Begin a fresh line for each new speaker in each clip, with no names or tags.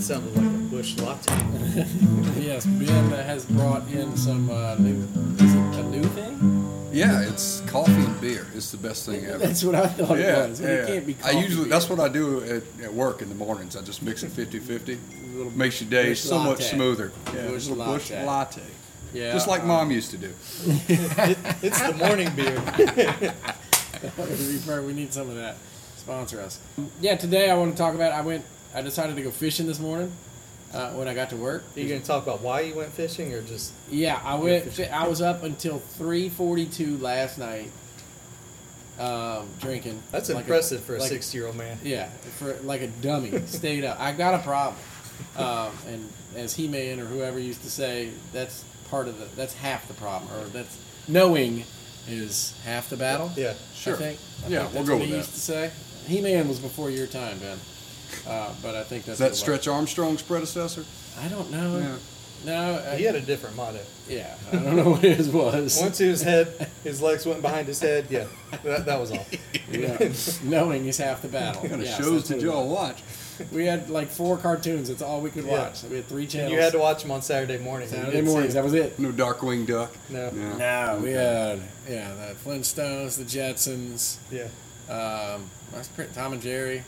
something like a bush latte.
Yes, Ben has brought in some uh, new. Is it a new thing?
Yeah, it's coffee and beer. It's the best thing ever.
That's what I thought
yeah,
it was.
yeah.
It can't be.
I
coffee
usually that's
beer.
what I do at, at work in the mornings. I just mix it 50-50.
Little
Makes your day
bush
so much
latte.
smoother.
Bush
little
latte.
latte.
Yeah,
just like
uh,
mom used to do.
It's the morning beer.
Reaper, we need some of that. Sponsor us. Yeah, today I want to talk about. I went. I decided to go fishing this morning uh, when I got to work.
Are you going to talk about why you went fishing or just.
Yeah, I went. I was up until three forty-two last night, um, drinking.
That's
Like a-
impressive for a
like-
60 year old man.
Yeah, for like a dummy, stayed up. I got a problem, um, and as He Man or whoever used to say, that's part of the. That's half the problem, or that's knowing is half the battle.
Yeah.
Sure.
I think. I
Yeah,
think
we'll
that's
go
what
with
he
that.
used to say. He Man was before your time, Ben. Uh, but I think that's
Is that
what-
Stretch Armstrong's predecessor?
I don't know.
Yeah.
No, I,
He had a different motto.
yeah, I don't know what his was.
Once his head, his legs went behind his head. Yeah, that, that was all.
Yeah. Knowing is half the battle.
What kind of
Yes,
shows
that's what
did
it
y'all
was.
watch?
We had like four cartoons. That's all we could
Yeah.
watch. We had three
And
channels.
you had to watch him on Saturday morning. You
Saturday
didn't see
mornings. That
him.
was it.
No Darkwing Duck.
No.
No, we had yeah the Flintstones, the Jetsons,
Yeah,
um, that's pretty, Tom and Jerry.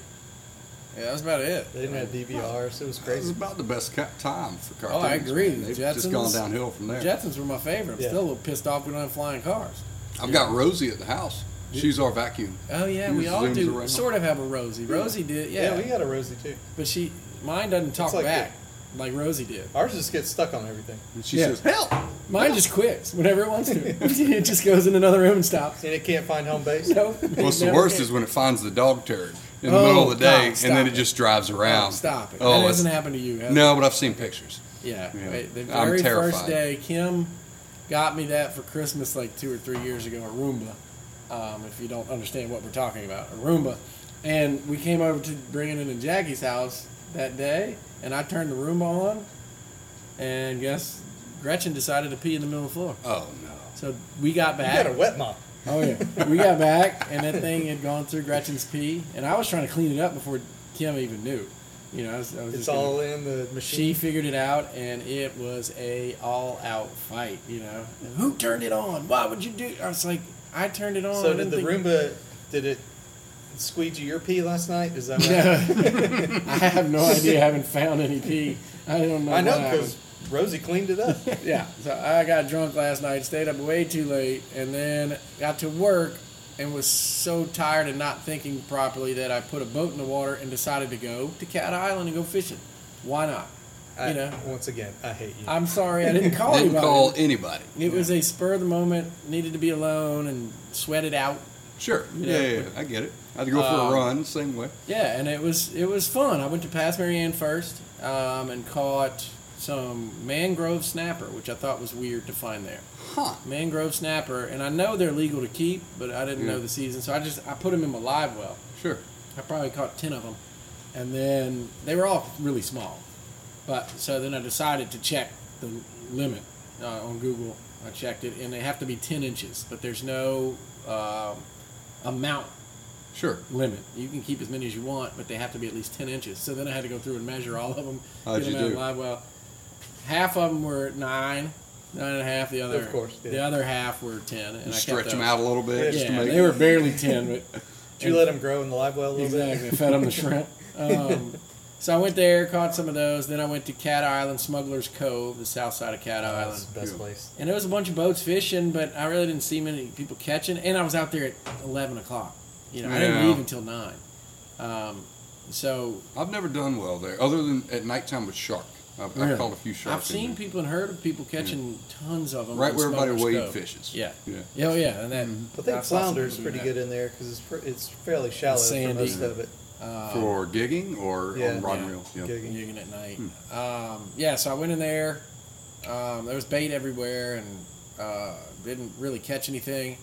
Yeah, that was about it.
they didn't have DVRs. It was
It was
crazy.
about the best ca- time for
Oh,
cartoons.
I agree.
man. They've
Jetsons-
just gone downhill from there.
Jetsons were my favorite. I'm
Yeah.
still a little pissed off we don't have flying cars.
I've got Rosie at the house. She's our vacuum.
Oh yeah,
Yours
we all
zooms
do
around.
sort of have a Rosie. Rosie did, yeah,
Yeah, we got a Rosie too.
but she mine doesn't talk
like
back like Rosie did.
Ours just gets stuck on everything,
And she
Yeah.
says, "Help!"
Mine just quits whenever it wants to. it just goes in another room and stops.
and it can't find home base.
No,
What's the
never
worst
can.
is when it finds the dog turd in the
Oh,
middle of the
God,
day,
stop
and then
it.
it just drives
Oh,
around.
stop it.
Oh,
that
it's-
hasn't happened to you. has it?
no, but I've seen pictures.
Yeah.
Yeah.
Wait, the
I'm
very first
terrified.
day, Kim got me that for Christmas like two or three years ago, a Roomba. Um, if you don't understand what we're talking about, a Roomba. And we came over to bringing it in Jackie's house that day, and I turned the Roomba on, and guess Gretchen decided to pee in the middle of the floor.
Oh no.
So we got
You
back.
got a wet mop.
Oh yeah, we got back, and that thing had gone through Gretchen's pee, and I was trying to clean it up before Kim even knew. You know, I was, I was
It's
just gonna-
all in the machine.
she figured it out, and it was a all-out fight. You know, who turned it on? Why would you do? I was like, I turned it on. Oh, I
So
didn't
did the
think-
Roomba? Did it squeegee your pee last night? Is that right?
No. I have no idea. I haven't found any pee. I don't know.
I know
what
because Rosie cleaned it up.
happened. yeah. So I got drunk last night, stayed up way too late, and then got to work and was so tired and not thinking properly that I put a boat in the water and decided to go to Cat Island and go fishing. Why not?
I,
you know,
Once again, I hate you.
I'm sorry I didn't call
Didn't
anybody.
call anybody.
It was a spur of the moment, needed to be alone and sweat it out.
Sure.
You
Yeah,
know,
yeah, yeah. I get it. I had to go for
Um,
a run, same way.
Yeah, and it was it was fun. I went to Pass Marianne first um, and caught some mangrove snapper, which I thought was weird to find there.
Huh.
Mangrove snapper, and I know they're legal to keep, but I didn't
Yeah.
know the season, so I just I put them in my live well.
Sure.
I probably caught ten of them, and then they were all really small. But so then I decided to check the limit uh, on Google. I checked it, and they have to be ten inches, but there's no um amount
Sure.
limit. You can keep as many as you want, but they have to be at least ten inches. So then I had to go through and measure all of them.
How'd
get them
you
out
do?
Live well. Half of them were nine, nine and a half. The other,
Of course, yeah.
the other half were ten, and
You
I
stretch
kept
them
those.
out a little
Yeah,
bit just to
Yeah,
make
they were barely ten, but
Did you let him grow in the live well a little
Exactly. Fed them the shrimp. Um, so I went there, caught some of those. Then I went to Cat Island, Smuggler's Cove, the south side of Cat
bit?
Island.
That's the best
Yeah.
place.
And there was a bunch of boats fishing, but I really didn't see many people catching. And I was out there at 11 o'clock. You know, I didn't
Yeah.
leave until 9. Um, so
I've never done well there, other than at nighttime with shark. I've,
Really?
I've caught a few sharks.
I've
in
seen
there.
people and heard of people catching tons of them.
right
in
where everybody
Smuggler's
wade
Cove.
fishes.
Yeah.
Yeah.
Yeah, oh, yeah. And that,
I think
I saw some
flounder's
people do
pretty
that.
good in there because it's pr- it's fairly shallow for
sandy.
most of it.
for gigging or
yeah.
on rod
Um, Yeah.
and reel. Yeah.
Gigging.
Yugging at night. Um, yeah, so I went in there. Um, there was bait everywhere and uh, didn't really catch anything.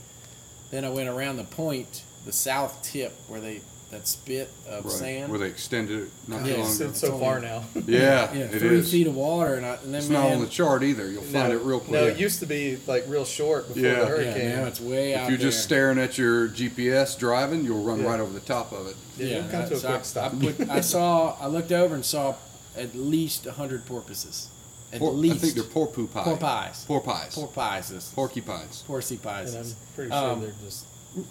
Then I went around the point, the south tip where they that spit of
Right.
sand.
Where they extended it not
Yeah,
too long
It's,
ago.
it's so
It's
far
only-
now.
yeah,
yeah,
it
three
is.
feet of water, and, I, and then
It's
man,
not on the chart either. You'll find it real quick.
No, it used to be like real short before
Yeah.
the
Yeah,
hurricane.
yeah, now it's way out
If you're
there.
just staring at your GPS driving, you'll run
Yeah.
right over the top of it.
Yeah, it'll come to a
so
quick
I,
stop.
I, put, I saw, I looked over and saw at least hundred porpoises. At
Por-
least
I think they're porpoo pie.
Porpies.
Porpies.
porpoises.
Porcupines.
Porcupines.
And I'm pretty sure
Um,
they're just
They're-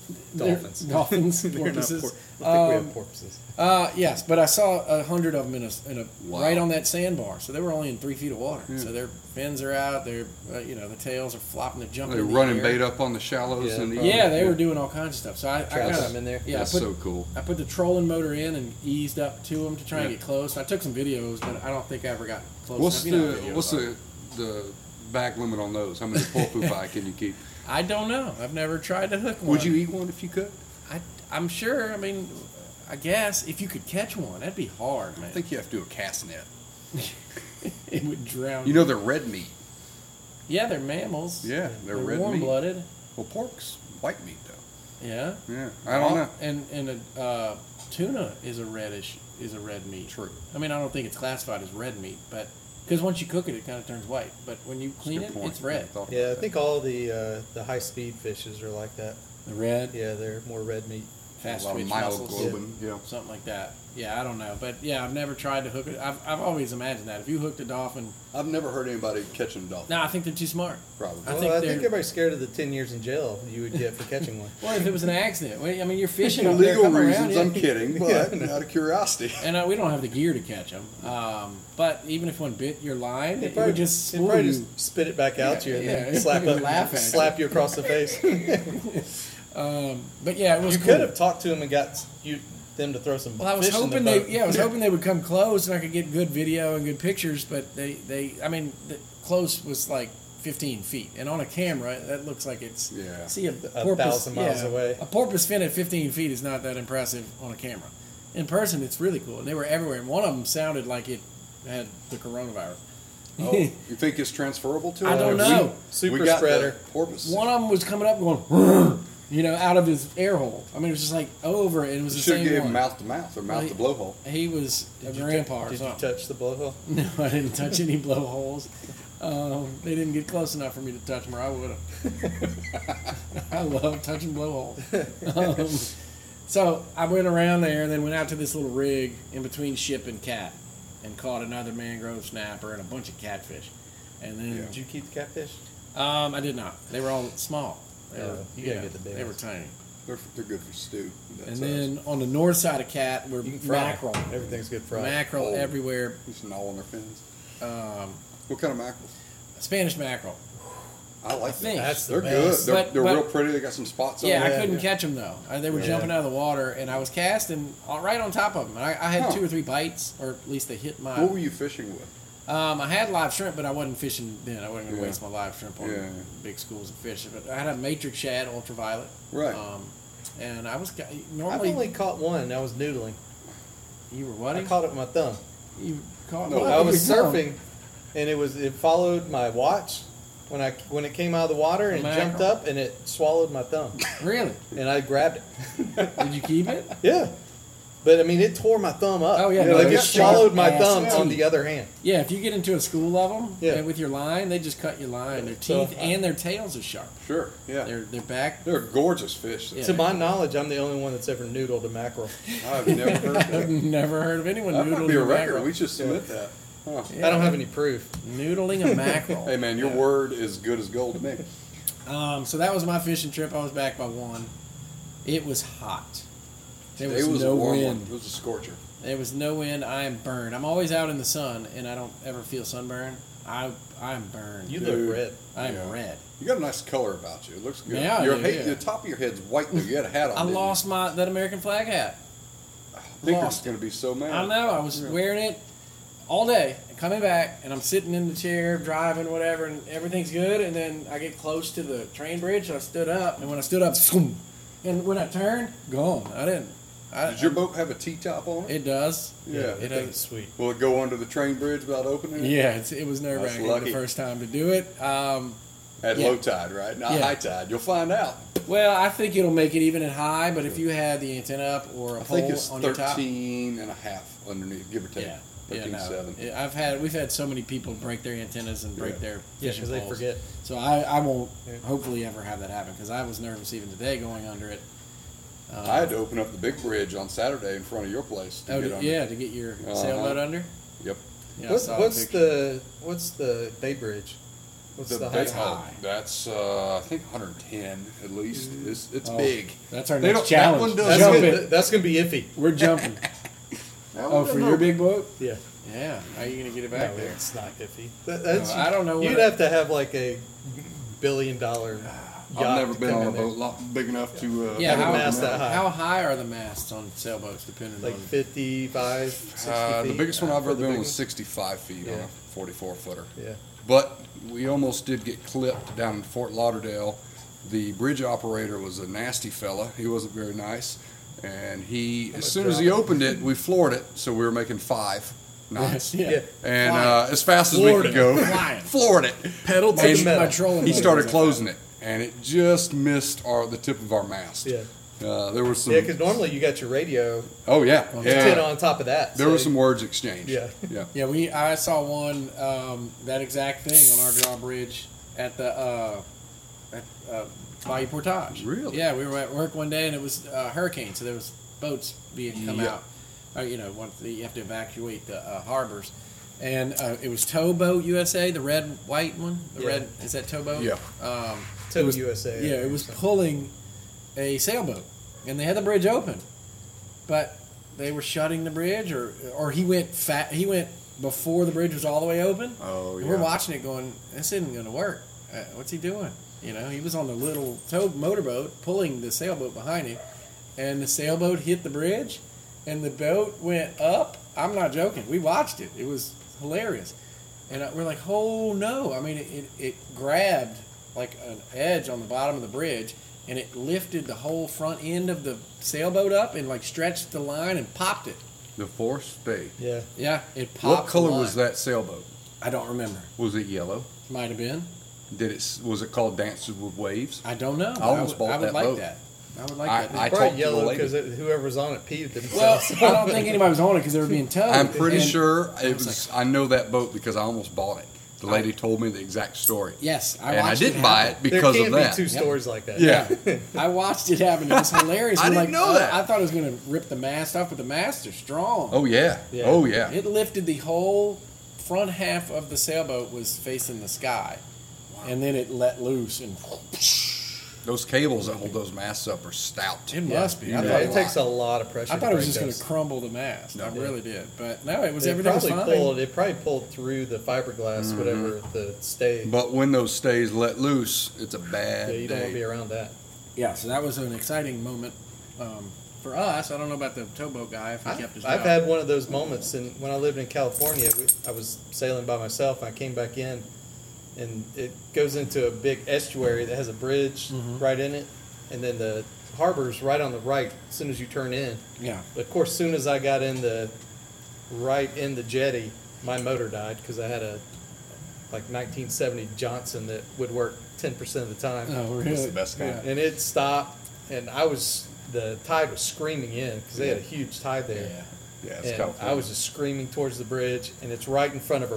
dolphins.
Dolphins.
They're not
porpoises.
por- I think we
Um,
have porpoises.
Uh, yes, but I saw a hundred of them in a, in a
Wow. Hmm.
right on that sandbar. So they were only in three feet of water.
Yeah.
So their fins are out. Their uh, you know the tails are flopping. They're jumping.
They're
in the
running
air.
bait up on the shallows
Yeah,
and the
Yeah, they were doing all kinds of stuff. So I, I
Trout
kind of
swim in there.
Yeah,
That's
I put,
so cool.
I put the trolling motor in and eased up to them to try and
Yeah.
get close. I took some videos, but I don't think I ever got close.
What's
enough. You know
the
how videos
what's
are.
the the back limit on those? How many porpoo pie can you keep?
I don't know. I've never tried to hook one.
Would you eat one if you could?
I, I'm sure. I mean, I guess if you could catch one, that'd be hard, man.
I think you have to do a cast net.
it would drown.
You know they're red meat.
yeah, they're mammals.
Yeah,
they're,
they're, red meat.
warm-blooded.
Well, pork's white meat though.
Yeah.
Yeah, I don't know.
And and a uh, tuna is a reddish is a red meat.
True.
I mean, I don't think it's classified as red meat, but because once you cook it, it kind of turns white. But when you
That's a
clean
good
it,
point.
it's red.
Never thought about
Yeah, I
that.
think all the uh, the high speed fishes are like that.
The red,
Yeah, they're more red meat.
fast
a lot of
twitch muscles,
myoglobin. Yeah.
something like that. Yeah, I don't know, but yeah, I've never tried to hook it. I've I've always imagined that if you hooked a dolphin,
I've never heard anybody catching a dolphin.
no, I think they're too smart.
Probably.
I
well,
think
I
they're-
think everybody's scared of the ten years in jail you would get for catching one.
Well, if it was an accident, Well, I mean, you're fishing
For
up there,
legal
come around,
reasons,
yeah.
I'm kidding, but out of curiosity.
And uh, we don't have the gear to catch them. Um, but even if one bit your line, it, would just
it'd
spool
probably
you.
just spit it back out to you and
Yeah,
then
yeah.
slap
It'd
up,
laugh at you.
slap you across the face. you
Um, but yeah, it was cool.
could have talked to them and got you them to throw some.
Well, I was
fish in the
hoping they
boat.
yeah, I was hoping they would come close and I could get good video and good pictures, but they they I mean, the, close was like 15 feet, and on a camera that looks like it's
Yeah.
See a,
A thousand miles away.
A porpoise fin at 15 feet is not that impressive on a camera. In person, it's really cool, and they were everywhere. And one of them sounded like it had the coronavirus.
Oh, you think it's transferable to?
I
it?
don't
We-
know.
Super
we got
spreader.
the porpoise.
One of them was coming up going, "Rrr," you know, out of his air hole. I mean, it was just like over, and it was the
Should have
same
gave him
one.
mouth to mouth or mouth to blowhole.
He was a
Did you
grandpa or
Did you
something.
touch the blowhole?
No, I didn't touch any blowholes. Um, they didn't get close enough for me to touch them, or I would have. I love touching blowholes. Um, so I went around there, and then went out to this little rig in between ship and cat, and caught another mangrove snapper and a bunch of catfish. And then
Did you keep the catfish?
um, I did not. They were all small. They were,
Oh, you
yeah,
gotta get the big
They were
ones.
tiny.
They're, they're good for stew. That
and
size.
then on the north side of cat were
You can fry.
mackerel,
Everything's good fried.
mackerel
Oh.
everywhere.
Just gnawing their fins.
Um,
What kind of mackerel?
Spanish mackerel.
I like
think.
them.
That's the
they're
best.
good. They're,
But-
they're
but-
real pretty. They got some spots
yeah,
on them.
I couldn't catch them though. Uh, They were
Yeah.
jumping out of the water, and I was casting all right on top of them. I, I had
Huh.
two or three bites, or at least they hit my.
What were you fishing with?
Um, I had live shrimp, but I wasn't fishing then. I wasn't going to
Yeah.
waste my live shrimp on
Yeah.
big schools of fish. But I had a matrix shad, ultraviolet.
Right.
Um, and I was ca-
I've
normally
only caught one. I was noodling.
you were what?
I caught it with my thumb.
you caught.
No,
what?
I was
Oh, You were-
surfing, and it was it followed my watch when I when it came out of the water and it
Mackerel.
jumped up and it swallowed my thumb
Really?
and I grabbed it.
Did you keep it?
Yeah, but I mean it tore my thumb up.
Oh, yeah,
You know,
no,
like it
it's
swallowed
sharp
my
ass
thumb on
teeth.
the other hand.
Yeah. If you get into a school of them,
Yeah.
with your line, they just cut your line. Their
So-
teeth and their tails are sharp.
Sure. Yeah. They're,
Their their back.
gorgeous fish.
Yeah.
To my knowledge, I'm the only one that's ever noodled a mackerel.
I've never heard of
I've
that.
never heard of anyone
That might
noodling
be a
a
record.
mackerel.
We should submit that. Huh.
Yeah.
I don't have any proof.
Noodling a mackerel.
Hey man, your word is good as gold to me.
Um, so that was my fishing trip. I was back by one. It was hot. There
Today
was, no
a warm
wind.
one. It was a scorcher.
There was no wind. I am burned. I'm always out in the sun, and I don't ever feel sunburn. I I'm burned.
You
Dude.
look red.
I'm
Yeah.
red.
You got a nice color about you. It looks good.
Yeah, I
your
do,
head,
yeah.
the top of your head's white though. You had a hat on.
I
didn't you?
lost my that American flag hat.
Dicker's
lost
gonna be so mad.
I know. I was
Yeah.
wearing it all day and coming back, and I'm sitting in the chair driving, whatever, and everything's good. And then I get close to the train bridge, and I stood up. And when I stood up, swoom, and when I turned, gone. I didn't. I,
Does your boat have a T top on it?
it does.
Yeah.
it
it
does.
is.
Sweet.
Will it go under the train bridge without opening it?
Yeah, it's, it was nerve wracking
lucky.
the first time to do it. Um,
At
Yeah.
low tide, right? Not
Yeah.
high tide. You'll find out.
well, I think it'll make it even at high, but if you had the antenna up or a
I
pole
think it's
on your top,
13 and a half underneath, give or take.
yeah, yeah,
13
no.
7.
Yeah, I've had we've had so many people break their antennas and break
Yeah.
their
Yeah,
fishing
because they
poles.
forget.
So I, I won't
Yeah.
hopefully ever have that happen because I was nervous even today going under it. Uh,
I had to open up the big bridge on Saturday in front of your place to
oh,
get
d-
on.
yeah, to get your
Uh-huh.
sailboat under.
Yep.
Yeah, I
What,
saw a
what's
picture.
the what's the Bay Bridge? What's the, height?
that's high. That's uh, I think 110 at least. It's it's
Oh,
big.
That's our
They
next
don't- that
challenge.
one does-
That's
Jump
gonna,
Jump it.
that's gonna be iffy.
We're jumping. oh, for your big boat?
Yeah.
Yeah. How are you gonna get it back
no,
there?
it's not iffy. That, that's,
No, I don't know
You'd
what-
have to have like a billion dollar. Yacht
I've never been
come
on a
in there.
boat lot big enough to. Uh,
Yeah,
Have a
how,
mast that high.
how high are the masts on sailboats, depending
Like
on?
55, 60
Uh, the
feet.
biggest one I've
For
ever
the
been
big
was 65 feet on
Yeah.
a 44 footer.
one. Yeah.
But we almost did get clipped down in Fort Lauderdale. The bridge operator was a nasty fella. He wasn't very nice. And he, as soon as he opened it, we floored it. So we were making five knots.
yeah.
Yeah.
And
Flying.
uh, as fast as we
Floored
could
it.
go,
Flying.
floored it.
Pedal
to the
to
metal.
my trolling.
He
motor
started
goes
closing it, and it just missed our the tip of our mast.
Yeah.
Uh, there was some.
Yeah, because normally you got your radio
oh yeah,
Oh,
yeah.
tin on top of that.
There
so-
were some words exchanged.
Yeah.
yeah.
Yeah, we. I saw one um, that exact thing on our drawbridge at the uh, at, uh, Bayou Portage.
Really?
Yeah, we were at work one day and it was uh, hurricane, so there was boats being come
Yeah.
out. Uh, you know, once the, you have to evacuate the uh, harbors, and uh, it was Towboat USA, the red white one. The
Yeah.
red is that Towboat?
Yeah.
Um,
Tow
it was-
USA.
yeah, it was pulling a sailboat, and they had the bridge open, but they were shutting the bridge, or or he went fat. He went before the bridge was all the way open.
Oh
And We're watching it, going, this isn't going to work. Uh, what's he doing? You know, he was on the little tow motorboat pulling the sailboat behind him, and the sailboat hit the bridge, and the boat went up. I'm not joking. We watched it. It was hilarious, and uh, we're like, oh no! I mean, it, it, it grabbed like an edge on the bottom of the bridge, and it lifted the whole front end of the sailboat up and like stretched the line and popped it.
The fourth bay.
Yeah.
Yeah, it popped.
What
the
color
line.
was that sailboat?
I don't remember.
Was it yellow?
Might have been.
Did it? s- Was it called Dances with Waves?
I don't know.
I almost
would-
bought
I would
that
like
boat.
that. I would like
I-
that.
I- talked to
Probably
the
yellow
lady.
because whoever's on it peed
well,
themselves.
I don't think anybody was on it because they were being
Oh,
towed.
I'm pretty
And-
sure
I
it
was
was. I know that boat because I almost bought it. The
I-
lady told me the exact story,
Yes, I
and I
watched
didn't buy
happen.
it because
there
of
can't
that.
be two
Yep.
stories like that.
yeah,
I watched it happen. It was hilarious.
I
We're
didn't
like,
know
oh,
that.
I thought it was going to rip the mast off, but the masts are strong.
oh yeah,
Yeah.
oh yeah.
It lifted the whole front half of the sailboat was facing the sky, and then it let loose and
Those cables that hold those masts up are stout.
it must be. I
Yeah,
thought,
it takes a lot of pressure.
I thought
to
it was
break
just going
those.
to crumble the mast. I
No.
really did, but no, it was
It
everything was
probably
fine.
pulled. It probably pulled through the fiberglass, whatever the stay.
Mm-hmm. But when those stays let loose, it's a bad
yeah, you don't want to be
day.
around that.
Yeah, so that was an exciting moment um, for us. I don't know about the towboat guy if he kept his
I've
job.
had one of those moments, and when I lived in California, we, I was sailing by myself. And I came back in, and it goes into a big estuary that has a bridge
Mm-hmm.
right in it, and then the harbor's right on the right as soon as you turn in.
yeah,
But of course, soon as I got in the right in the jetty, my motor died because I had a like 1970 Johnson that would work 10 percent of the time
oh, really?
It's the best kind.
Yeah.
and it stopped and i was the tide was screaming in because they had a huge tide there
Yeah.
Yeah, it's
and
California.
i was just screaming towards the bridge and it's right in front of a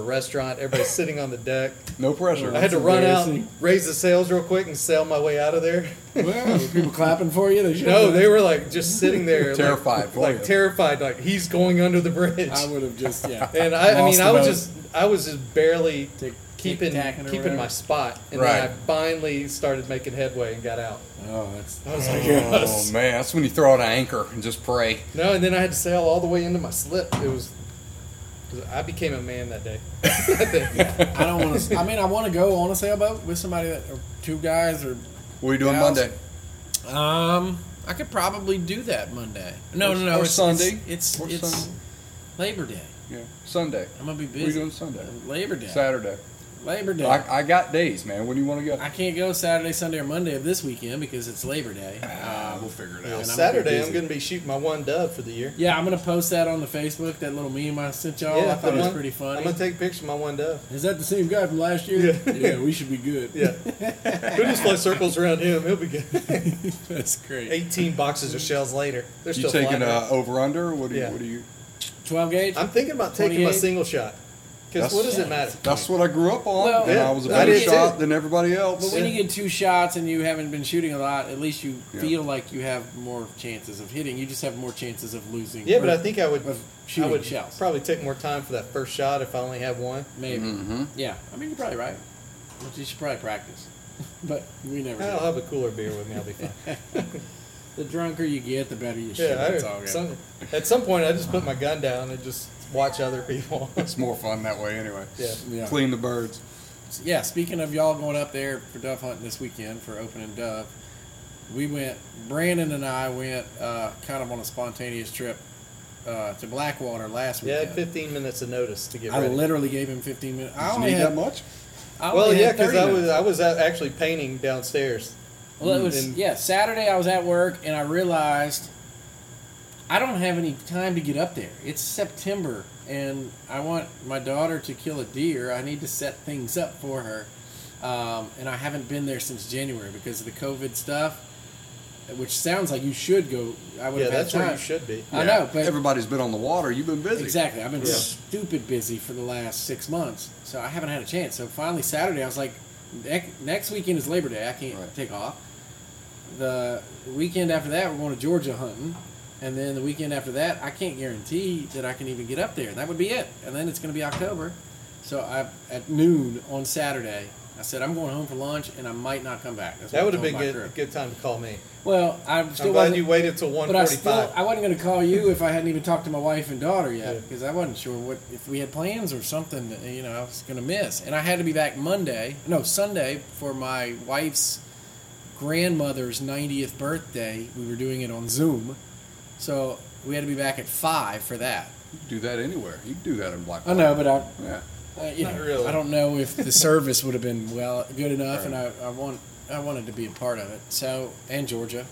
restaurant everybody's sitting on the deck
no pressure.
i had to
That's
run out
embarrassing.
raise the sails real quick and sail my way out of there
Well, people clapping for you. They should
no
have.
they were like just sitting there like-
Terrified
like,
for you.
terrified like he's going under the bridge
I would have just yeah.
and i, I
lost
mean
the
i was
boat.
just i was just barely
Tick-
keeping
tick-tacking or
keeping my
whatever.
spot and
Right.
then i finally started making headway and got out
Oh, that's
i was like
Oh man, that's when you throw out an anchor and just pray.
No, and then I had to sail all the way into my slip. It was, 'cause I became a man that day.
I don't want to. I mean, I want to go on a sailboat with somebody that or two guys or
What are you doing
Yeah, I was-
Monday?
um. I could probably do that Monday. No,
Or-
no, no.
or
it's,
Sunday.
It's
Or
it's, it's
Sunday.
Labor Day.
Yeah, Sunday.
I'm gonna be
What are you
busy.
doing Sunday?
Labor Day.
Saturday.
Labor Day.
I, I got days, man. When do you want to go?
I can't go Saturday, Sunday, or Monday of this weekend because it's Labor Day.
Ah, we'll figure it
Yeah. And I'm
Saturday,
busy.
I'm going to be shooting my one dove for the year.
Yeah, I'm gonna post that on the Facebook. That little meme I sent y'all. Oh, I
the
thought it was
one-
pretty
I'm
funny.
going to take a picture of my one dove.
Is that the same guy from last year?
Yeah.
we should be good.
Yeah. we'll just fly circles around him. He'll be good.
that's great.
18 boxes of shells later. They're
You
still
taking
flying.
uh, over under? What do you?
Yeah.
What do you?
Twelve gauge.
I'm thinking about taking my
28?
single shot. Because what does it matter?
That's what I grew up on,
Well,
and
Yeah,
I was a
I
better
did too.
shot than everybody
But
else.
when you get two shots and you haven't been shooting a lot, at least you
Yeah.
feel like you have more chances of hitting. You just have more chances of losing.
Yeah, but
or
I think I would.
of
I
shooting
would
shells.
probably take more time for that first shot if I only have one.
Maybe.
Mm-hmm.
Yeah, I mean you're probably right. But you should probably practice. but we never.
I'll
do.
have a cooler beer with me. I'll be fine.
The drunker you get, the better you shoot.
Yeah,
That's all
I,
good.
some, at some point I just put my gun down and just watch other people.
It's more fun that way, anyway.
yeah.
yeah.
Clean the birds.
yeah, speaking of y'all going up there for dove hunting this weekend for opening dove, we went. Brandon and I went uh, kind of on a spontaneous trip uh, to Blackwater last
Yeah, I
weekend.
had 15 minutes of notice to get
I
ready.
literally gave him 15 minutes. I
Did you
only
need that
had.
much?
I only
well,
had
yeah, because
30
I was
minutes.
I was out actually painting downstairs.
Well, it was
Mm, and-
yeah. Saturday I was at work and I realized I don't have any time to get up there. It's September and I want my daughter to kill a deer. I need to set things up for her, um, and I haven't been there since January because of the COVID stuff. Which sounds like you should go. I would
Yeah,
have had
that's
time.
where you should be.
I know, but
everybody's been on the water. You've been busy.
Exactly. I've been
Yeah.
stupid busy for the last six months, so I haven't had a chance. So finally, Saturday, I was like, "Nec- next weekend is Labor Day. I can't
Right.
take off. The weekend after that, we're going to Georgia hunting. And then the weekend after that, I can't guarantee that I can even get up there. That would be it. And then it's going to be October. So I at noon on Saturday, I said I'm going home for lunch, and I might not come back. That's what
That
I
would have
told
been
my
good
crew.
good time to call me.
Well, I
I'm
still
glad
wasn't
you waited till
but I
1:45.
still, I wasn't going to call you if I hadn't even talked to my wife and daughter yet
Yeah.
because I wasn't sure what if we had plans or something that you know I was going to miss. And I had to be back Monday, no Sunday for my wife's grandmother's 90th birthday. We were doing it on Zoom, so we had to be back at five for that.
You can do that anywhere. You can do that in Black.
I know, but I,
Yeah.
uh, you
Not
know,
really.
I don't know if the service would have been well good enough, and I, I want I wanted to be a part of it. So and Georgia,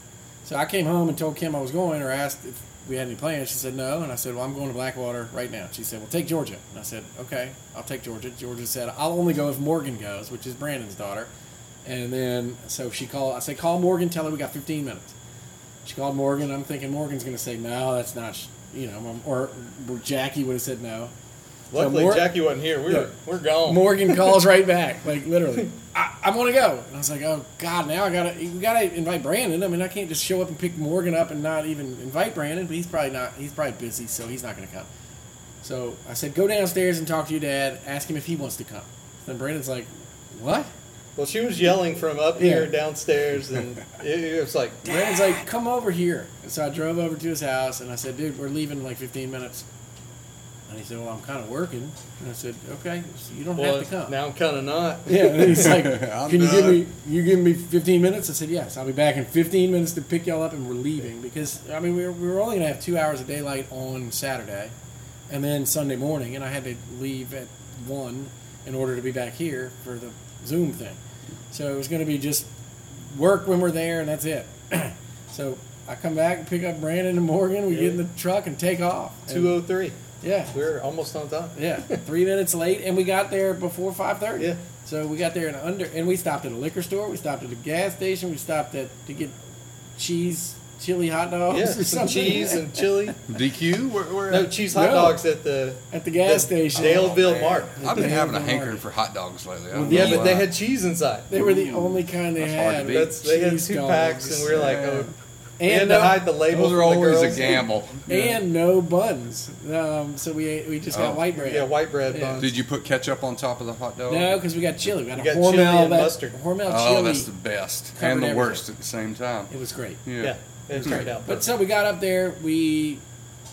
so I came home and told Kim I was going, or asked if we had any plans. She said no, and I said, well, I'm going to Blackwater right now. She said, well, take Georgia, and I said, okay, I'll take Georgia. Georgia said, I'll only go if Morgan goes, which is Brandon's daughter, and then so she called. I said, call Morgan, tell her we got 15 minutes. She called Morgan. I'm thinking Morgan's going to say no, that's not, sh-" you know, or Jackie would have said no.
Luckily,
So Mor-
Jackie wasn't here. We
Yeah.
were we're gone.
Morgan calls right back, like literally. I, I want to go, and I was like, oh god, now I gotta, we gotta invite Brandon. I mean, I can't just show up and pick Morgan up and not even invite Brandon. But he's probably not, he's probably busy, so he's not gonna come. So I said, go downstairs and talk to your dad. Ask him if he wants to come. Then Brandon's like, what?
Well, she was yelling from up
Yeah.
here downstairs, and it, it was like
Brandon's like, come over here. And so I drove over to his house and I said, dude, we're leaving in like 15 minutes. And he said, well, I'm kind of working. And I said, okay, so you don't
well,
have to come.
now I'm kind of not.
Yeah, and he's like,
I'm
"Can you give
done.
me you give me 15 minutes?" I said, "Yes, I'll be back in 15 minutes to pick y'all up, and we're leaving because I mean we were, we were only gonna have two hours of daylight on Saturday, and then Sunday morning, and I had to leave at one in order to be back here for the Zoom thing, so it was gonna be just work when we're there, and that's it. so I come back, pick up Brandon and Morgan, we get in the truck and take off. And-
Two oh three.
yeah,
We We're almost on time.
yeah, three minutes late, and we got there before five thirty.
Yeah.
So we got there in under, and we stopped at a liquor store. We stopped at a gas station. We stopped at to get cheese, chili hot dogs,
Yeah,
or
some
Oh, something.
cheese and chili.
DQ? Where, where
No cheese hot
No.
dogs at the
at the gas
the
station.
Daleville
Oh, man.
Mart.
I've been
They
having a
don't
hankering
like
for hot dogs lately. I don't
Yeah,
know
but they
why.
had cheese inside.
They were the only kind they
Oh. Mm. That's hard to
had.
beat.
That's they had
Cheese
two
dogs.
packs, and we were like, oh, we had
and uh,
to
no,
hide the label.
Those are
from the
always a
girls.
gamble.
and no buns. Um, so we ate, we just got
Oh.
white bread.
Yeah, white bread
Yeah.
buns.
Did you put ketchup on top of the hot dog?
No, because we got chili. We got
We
a
got
Hormel
chili and
that-
mustard.
Hormel
Oh,
chili.
that's the best
Covered
and the
everything.
worst at the same time.
it was great.
Yeah,
Yeah.
it turned out.
But
perfect.
so we got up there, we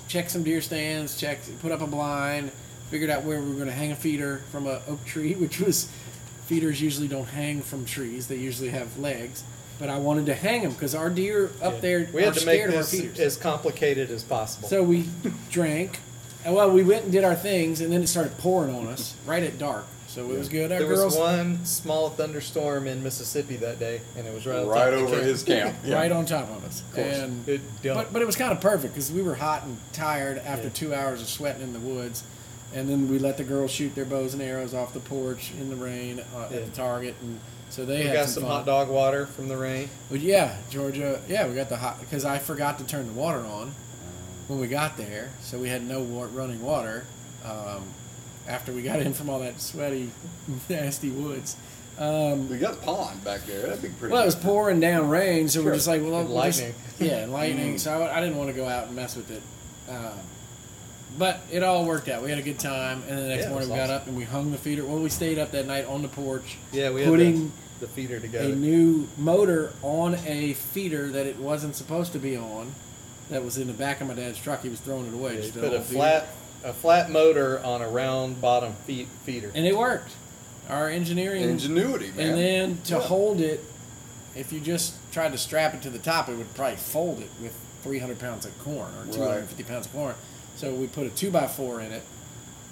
checked some deer stands, checked, put up a blind, figured out where we were going to hang a feeder from a oak tree, which was feeders usually don't hang from trees; they usually have legs. But I wanted to hang them because our deer up
Yeah.
there
we
are
had to make
scared of our
this
feeders.
as complicated as possible.
So we drank. And well, we went and did our things, and then it started pouring on us right at dark. So it was good. Our
there
girls
was one small thunderstorm in Mississippi that day, and it was right, on top
Right
of the
over
camp.
his camp.
right on top of us,
course.
and
It dumped.
But, but it was kind of perfect because we were hot and tired after
Yeah.
two hours of sweating in the woods, and then we let the girls shoot their bows and arrows off the porch in the rain uh,
Yeah.
at the target, and so they
we
had
got
some,
some
fun.
hot dog water from the rain.
But yeah, Georgia, yeah, we got the hot because I forgot to turn the water on when we got there, so we had no wa- running water. Um, after we got in from all that sweaty, nasty woods.
We got the pond back there. That'd be pretty.
Well, it was pouring down rain, so
Sure.
we're just like, well,
And
we'll just-
lightning. Mm.
yeah, and lightning. So I, I didn't want to go out and mess with it. Um, but it all worked out. We had a good time, and then the next
Yeah, it
morning
was
we got
awesome.
up and we hung the feeder. Well, we stayed up that night on the porch,
Yeah, we
putting
had the, the feeder
a
together.
new motor on a feeder that it wasn't supposed to be on. That was in the back of my dad's truck. He was throwing it away.
Yeah, you
just the
put a
whole feeder.
flat a flat motor on a round bottom feet, feeder.
and it worked. Our engineering
ingenuity, man.
And then to
Yeah.
hold it, if you just tried to strap it to the top, it would probably fold it with 300 pounds of corn or 250 pounds of corn. So we put a 2x4 in it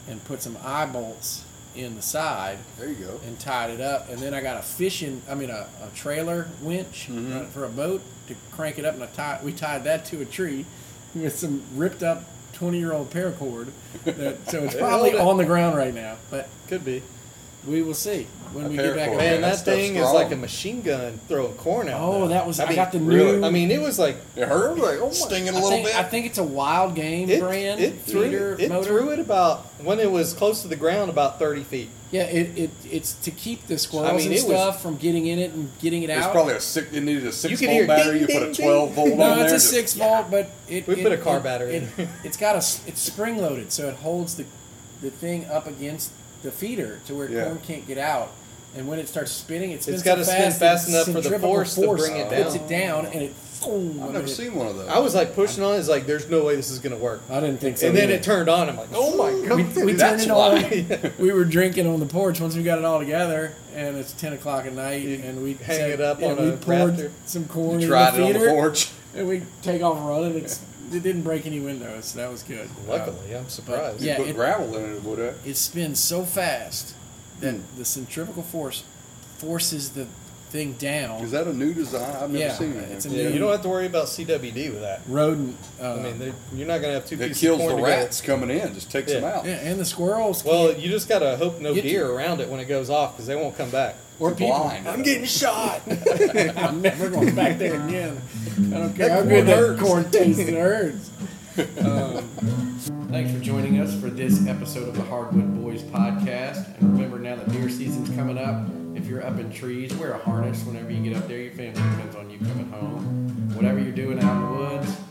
and put some eye bolts in the side
there you go.
and tied it up. And then I got a fishing, I mean, a, a trailer winch
Mm-hmm.
uh, for a boat to crank it up. And I tied, we tied that to a tree with some ripped up 20 year old paracord. That, so it's
They
probably
held it.
on the ground right now, but
Could be.
we will see when
A
we get back
paracord.
up
Yeah,
Man,
Oh, that
that,
stuff's
thing is
strong.
like a machine gun throwing corn out.
Oh,
there.
that was- I got the
really?
new-
I mean, it was like
It hurt like oh stinging a
I
little
think,
bit.
I think it's a wild game
it,
brand
it threw
feeder
it, it
motor.
threw it about when it was close to the ground, about thirty feet.
Yeah, it, it it's to keep the squirrels
I mean,
and
it was-
stuff from getting in it and getting it
it's
out.
probably a six. It needed a six
could
volt
hear
battery.
ding,
you put
ding,
a twelve
ding.
volt on
no,
there.
it's a
just-
six volt, but it
We
it-
put a car
it-
battery
It,
in there.
it's got a s- it's spring loaded, so it holds the the thing up against the feeder to where
Yeah.
corn can't get out. And when it starts spinning, it spins
gotta
so
spin
fast,
fast
the
enough for the
centrifugal
force to
force
bring it
puts
down.
it down, and it. Boom,
I've never seen one of those.
I was like pushing on. it, It's like there's no way this is gonna work.
I didn't think so.
and then
either.
it turned on. I'm like, oh my god,
we
That's
turned it
why.
on. we were drinking on the porch once we got it all together, and it's ten o'clock at night,
You
and we
hang it up
yeah,
on
we
a
poured
rafter.
some corn
You
in
tried
the
it on the
feeder,
porch.
and we take off running. It's, it didn't break any windows, so that was good. Uh,
Luckily, I'm surprised.
Yeah,
you put
it-
gravel in it, would it?
it spins so fast that
Hmm.
the centrifugal force forces the thing down.
Is that a new design? I've never
Yeah,
seen it.
it's a
Yeah, you don't have to worry about CWD with that.
rodent. Uh,
I mean, they, you're not gonna have two
That
pieces
kills
of corn
the
together.
rats coming in. Just takes
Yeah.
them out.
yeah, and the squirrels
Well, you just gotta hope no
Get to-
deer around it when it goes off because they won't come back.
or
It's
people.
blind.
getting shot.
I'm never going back there again. I don't care
That
how good
corn
that
hurts.
corn tastes, it hurts. Um, Thanks for joining us for this episode of the Hardwood Boys podcast. And remember, now that deer season's coming up, if you're up in trees, wear a harness whenever you get up there. Your family depends on you coming home. Whatever you're doing out in the woods,